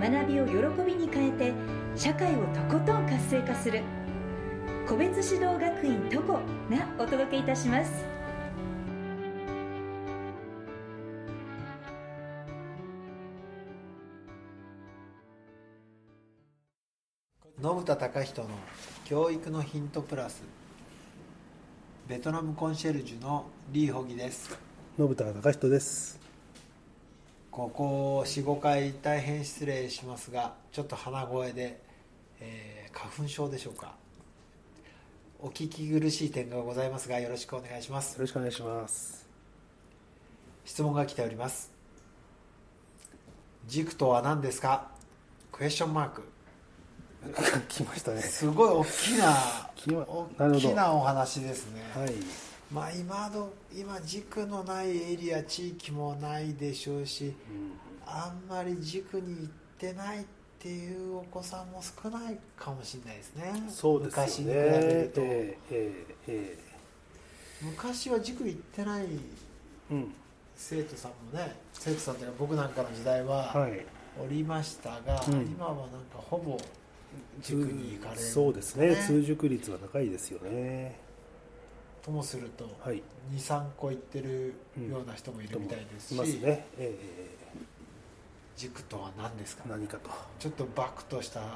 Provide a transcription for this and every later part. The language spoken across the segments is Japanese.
学びを喜びに変えて社会をとことん活性化する個別指導学院トコがお届けいたします信田貴人の教育のヒントプラスベトナムコンシェルジュのリー・ホギです信田隆人ですここ45回大変失礼しますがちょっと鼻声で、えー花粉症でしょうかお聞き苦しい点がございますがよろしくお願いしますよろしくお願いします質問が来ております軸とは何ですかクエスチョンマーク来ましたねすごい大きな来まなる大ほきどなお話ですね、はいまあ、今ど今軸のないエリア地域もないでしょうしあんまり軸に行ってないっていうお子さんも少ないかもしれないですねそうです昔によね比べると、えええ昔は塾行ってないえうん生徒さんもね生徒さんっていうか僕なんかの時代ははいおりましたが、うん今はなんかほぼ塾に行かれるんですねそうですね通塾率が高いですよねともするとはい23個行ってるような人もいるみたいですし、いますねええ塾とは何ですか何かとちょっとバクとしたうんあの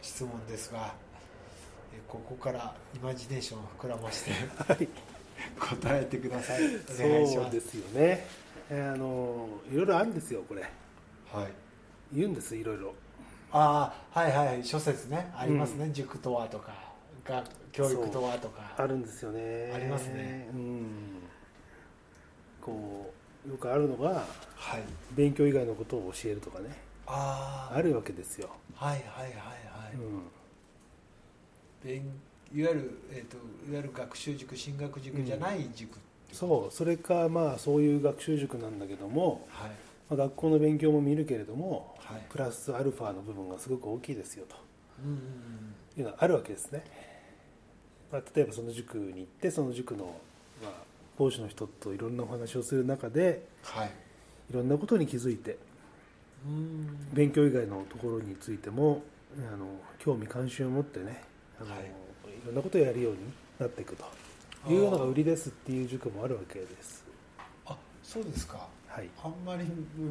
質問ですがえここからイマジネーションを膨らましてはい答えてくださいお願いしそまうすですよねえーあのいろいろあるんですよこれはい、言うんですいろいろああはいはい諸説ねありますね、う塾とはとか学教育とはとかあるんですよねありますねうんこうよくあるのがはい勉強以外のことを教えるとかねあああるわけですよ、はいはいはいはい、勉いわゆる、えー、といわゆる学習塾進学塾じゃない塾、そうそれかまあそういう学習塾なんだけども、はいまあ学校の勉強も見るけれども、はいプラスアルファの部分がすごく大きいですよとうんうんうんいうのはあるわけですね、まあ、例えばその塾に行ってその塾の、まあ、講師の人といろんなお話をする中ではいいろんなことに気づいてうん勉強以外のところについてもあの興味関心を持ってねあの、はいい、ろんなことをやるようになっていくというのが売りですっていう塾もあるわけです。あそうですかはい、あんまり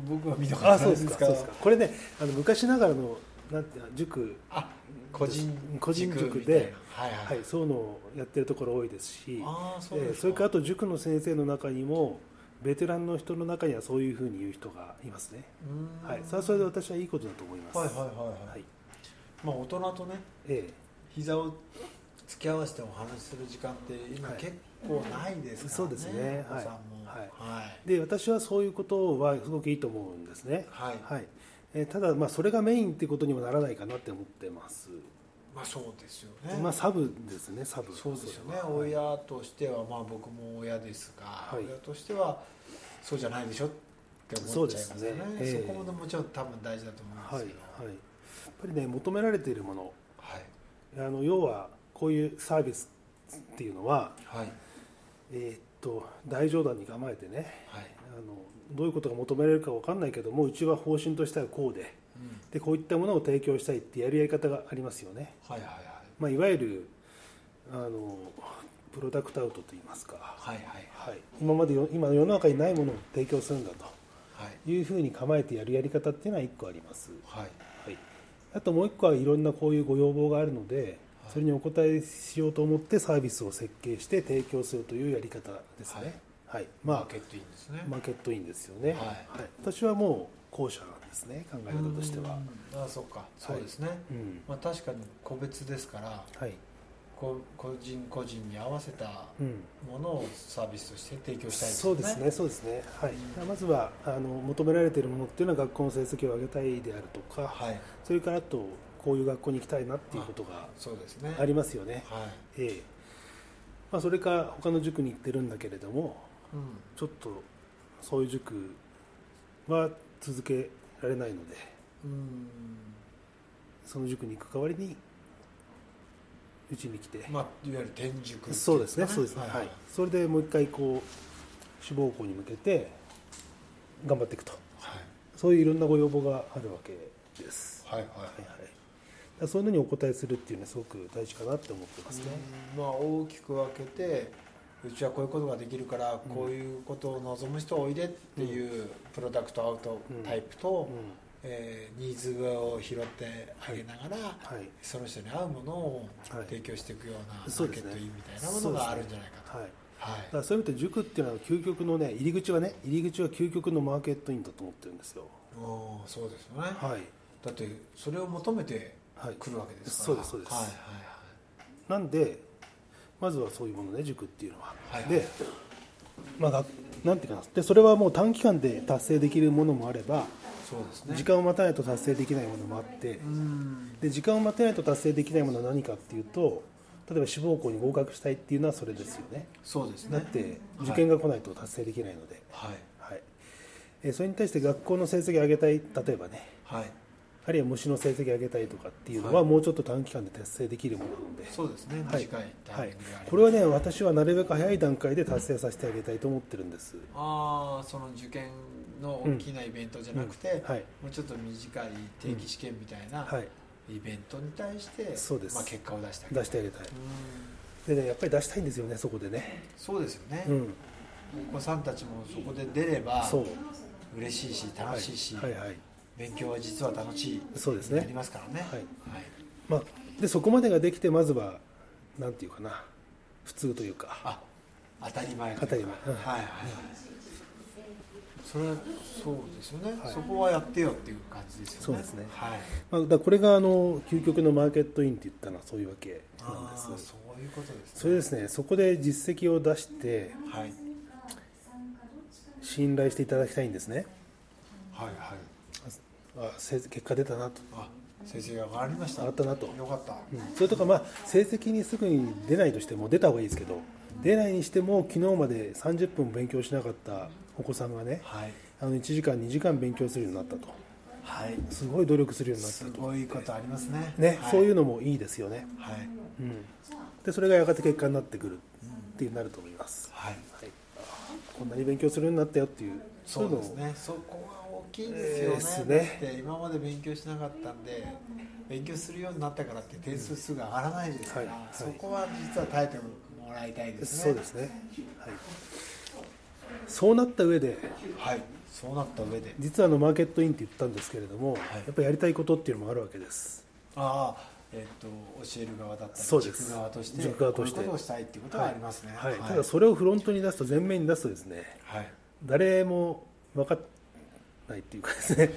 僕は見たことなあいそうですかそうですかこれねあの昔ながらのなんていうの塾、あ個人個人塾みたいなではいは、はいい、そういうのをやってるところ多いですしああそうえでーすかそれからあと塾の先生の中にもベテランの人の中にはそういうふうに言う人がいますね、うーんはい、それはそれで私はいいことだと思いますはいはいはいはい、はいまあ大人とねえ膝を突き合わせてお話しする時間って今はい結構ないですからね、そうですねお子さんもはいはいえで私はそういうことはすごくいいと思うんですねはいはいえーただまあそれがメインってことにもならないかなって思ってます、まあそうですよね、まあサブですねサブそうですよね、それははい親としてはまあ僕も親ですが、はい親としてはそうじゃないでしょって思っちゃいますよねそうそですねええこもねもちろん多分大事だと思はうんいはいですけど、やっぱりね求められているものはいあの要はこういうサービスっていうのは、はいはいえーっと大冗談に構えてねあのどういうことが求められるか分かんないけどもうちは方針としてはこうでうんでこういったものを提供したいってやるやり方がありますよね、はいはいはいまあ、いわゆるあのプロダクトアウトといいますか、はいはいはいはい、今までよ今世の中にないものを提供するんだはいというふうに構えてやるやり方っていうのは1個あります。はいはい、あともう一個はいろんなこういうご要望があるので、はいそれにお答えしようと思ってサービスを設計して提供するというやり方ですね、はいマまーケットインですねあマーケットインですよね、はい私はもう後者なんですね考え方としてはうんああそうかそうですね、うんまあ確かに個別ですからはいこ個人個人に合わせたうんものをサービスとして提供したいそうですね、そうですね、はいうんまずはあの求められているものっていうのは学校の成績を上げたいであるとか、はいそれからあとこういう学校に行きたいなっていうことがそうですねありますよね、はいええまあ、それか他の塾に行ってるんだけれどもうんちょっとそういう塾は続けられないのでうんその塾に行く代わりにうちに来て、まあいわゆる転塾っていんかそうですねそうですねはい、はいそれでもう一回こう志望校に向けて頑張っていくとそういういろんなご要望があるわけです、はいはいはいはいはい、だからそういうのにお答えするっていうのはすごく大事かなって思ってますね、うんまあ大きく分けてうちはこういうことができるからこういうことを望む人をおいでっていうプロダクトアウトタイプと、うんえーニーズを拾ってあげながら、はいその人に合うものをはい提供していくようなマそーうでケすッねトインみたいなものがあるんじゃないかと、はい、はいだからそういう意味で塾っていうのは究極のね入り口はね入り口は究極のマーケットインだと思ってるんですよおーそうですよね、はいだってそれを求めてはいくるわけですそかうら、ですそうですはいはいなんでまずはそういうものね塾っていうのは、はいでまあがなんていうかなでそれはもう短期間で達成できるものもあればそうですね時間を待たないと達成できないものもあってうんで時間を待たないと達成できないものは何かっていうと例えば志望校に合格したいっていうのはそれですよねそうですねだって受験が来ないと達成できないので、はいはいえーそれに対して学校の成績上げたい例えばねはいあるいは虫の成績上げたいとかっていうのははいもうちょっと短期間で達成できるものなので、そうですねは短いいタはイいミングがあります、、これはね私はなるべく早い段階で達成させてあげたいと思ってるんですああその受験の大きなイベントじゃなくて、うんはいもうちょっと短い定期試験みたいなはいイベントに対して、そうですまあ、結果を出したり出してあげたいうんでねやっぱり出したいんですよねそこでねそうですよね、うんお子さんたちもそこで出ればそう嬉しいし楽しいし、はいはいはい勉強は実は楽しいそうですなりねますからねはいはいまあでそこまでができてまずはなんていうかな普通というかあ当たり前当たり前はいはいはいそれはそうですよね、はいそこはやってよっていう感じですよねそうですねはいまあ、だからこれがあの究極のマーケットインって言ったのはそういうわけなんあですーそういうことですそれですねそこで実績を出してはいはい信頼していただきたいんですねはいあせ結果出たなと、あ先生が上がりました上がったなとよかった、うんそれとかまあ成績にすぐに出ないとしても出た方がいいですけど出ないにしても昨日まで30分勉強しなかったお子さんがねはいあの1時間2時間勉強するようになったとはいすごい努力するようになったすとごいことありますねね、はい、そういうのもいいですよね、はい、うん、でそれがやがて結果になってくるっていうなると思います、はい、はい、こんなに勉強するようになったよっていうそうでいすのをねそこは大きいですよね,、ですねだって今まで勉強しなかったんで勉強するようになったからって点数すぐ上がらないですから、はいはいそこは実はタイトルもらいたいですねそうですね、はい、そうなった上ではいそうなった上で実はあのマーケットインって言ったんですけれども、いやっぱりやりたいことっていうのもあるわけですああえっと教える側だったりそうです塾側として塾側としてこういうことをしたいっていうことはありますねはいただそれをフロントに出すと前面に出すとですねはい誰も分かんないっていうかですね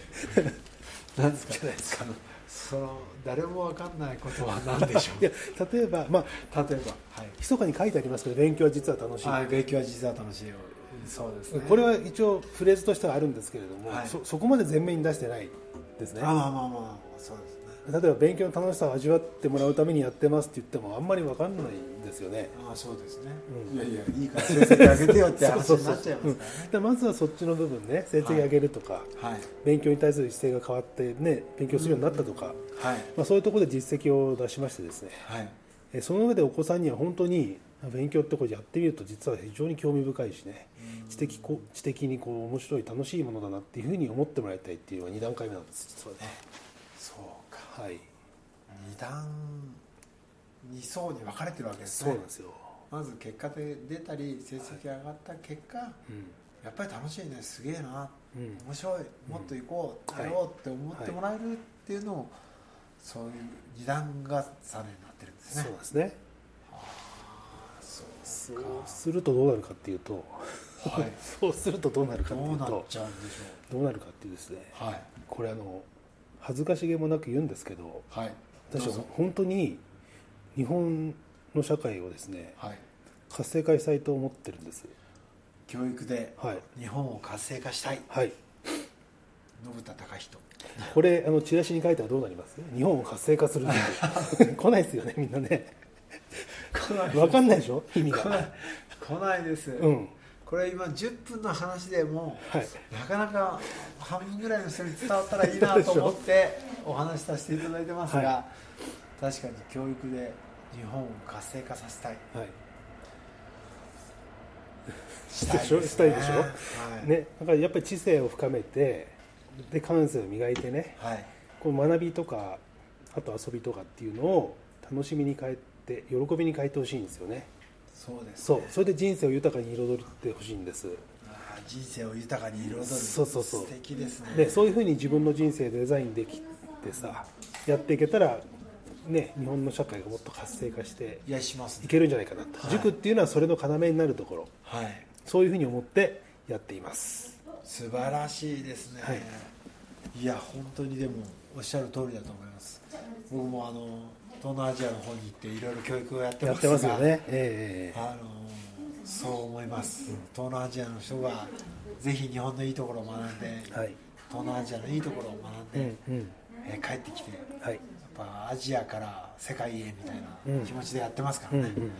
なんですかじゃないですかその誰もわかんないことは何でしょう いや例えばまあ例えばはい密かに書いてありますけど勉強は実は楽しい、はい勉強は実は楽しいよそうですねこれは一応フレーズとしてはあるんですけれども、はいそそこまで前面に出してないですねあまあまあまあそうですね例えば勉強の楽しさを味わってもらうためにやってますって言ってもあんまり分かんないんですよねああそうですね、うんいやいやいいから先生あげてよって話そうにそなうっそちゃいうまうすからね んだからまずはそっちの部分ね成績上げるとか、はい勉強に対する姿勢が変わってね勉強するようになったとか、はいまあ、そういうところで実績を出しましてですねはいえその上でお子さんには本当に勉強ってこれやってみると実は非常に興味深いしね知的こ知的にこう面白い楽しいものだなっていうふうに思ってもらいたいっていうのが2段階目なんです実はねそうかはい二段二層に分かれてるわけですそうねなんですよ、まず結果で出たり成績上がった結果、うやっぱり楽しいねすげえな、んうん面白いもっと行こう、はいやろうって思ってもらえるっていうのを、そういう二段重ねになってるんですそうねなんですねそうそうするとどうなるかっていうと、はいそうするとどうなるかってどいううなっとちゃうんでしょどうなるかっていうですねうはいこれあの恥ずかしげもなく言うんですけどはい私どうはぞ本当に日本の社会をですねはい、活性化したいと思ってるんです教育ではい日本を活性化したいはい信田隆人これあのチラシに書いたらどうなります日本を活性化するっていう 来ないですよねみんなね来 ない分かんないでしょ意味来ないが来ないです、うんこれ今10分の話でもはいなかなか半分ぐらいの人に伝わったらいいなと思ってお話しさせていただいてますが、は確かに教育で日本を活性化させたいはいしでしょしたいでしょはい、ね、だからやっぱり知性を深めてで感性を磨いてねはい、こう学びとかあと遊びとかっていうのを楽しみに変えて喜びに変えてほしいんですよねそうですそうそれで人生を豊かに彩ってほしいんですあー人生を豊かに彩るそうそうそう素敵ですねでそういうふうに自分の人生デザインできてさやっていけたらね日本の社会がもっと活性化していやしますいねけるんじゃないかなと、はい塾っていうのはそれの要になるところはいそういうふうに思ってやっています素晴らしいですね、はいい、や本当にでもおっしゃる通りだと思います僕もあの東南アジアの方に行っていろいろ教育をやってやまっすてがますよねええええあのそう思います東南アジアの人がぜひ日本のいいところを学んで、はい東南アジアのいいところを学んで、うんうんえー帰ってきてやっはいぱアジアから世界へみたいうなん気持ちでやってますかうらんうね、んうん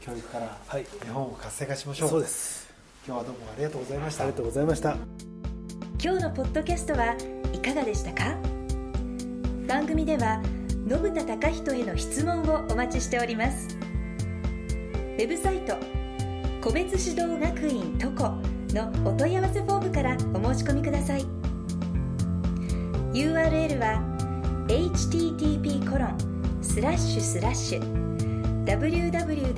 教育からはい日本を活性化しましょうそうです今日はどうもありがとうございましあたりがとうございました今日のポッドキャストはいかがでしたか番組では信田貴人への質問をお待ちしておりますウェブサイト個別指導学院トコのお問い合わせフォームからお申し込みください URL は http コロンスラッシュスラッシュ www.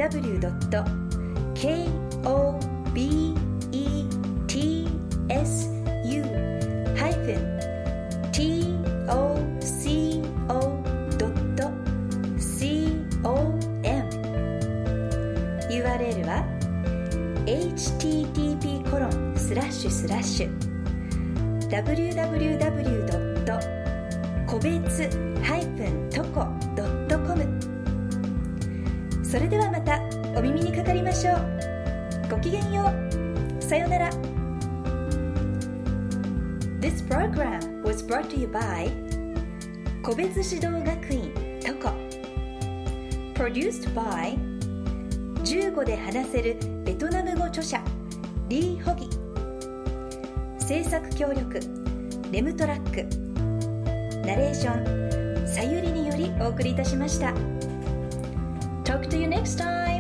k-o-b-e-t-s-u-toco.com ドット URL は http コロンスラッシュスラッシュ www. 個別ハイフントコドットコムそれではまたお耳にかかりましょうごきげんようさようなら This program was brought to you by 個別指導学院トコ Produced by 15で話せるベトナム語著者リー・ホギ制作協力レムトラックナレーションさゆりによりお送りいたしました Talk to you next time!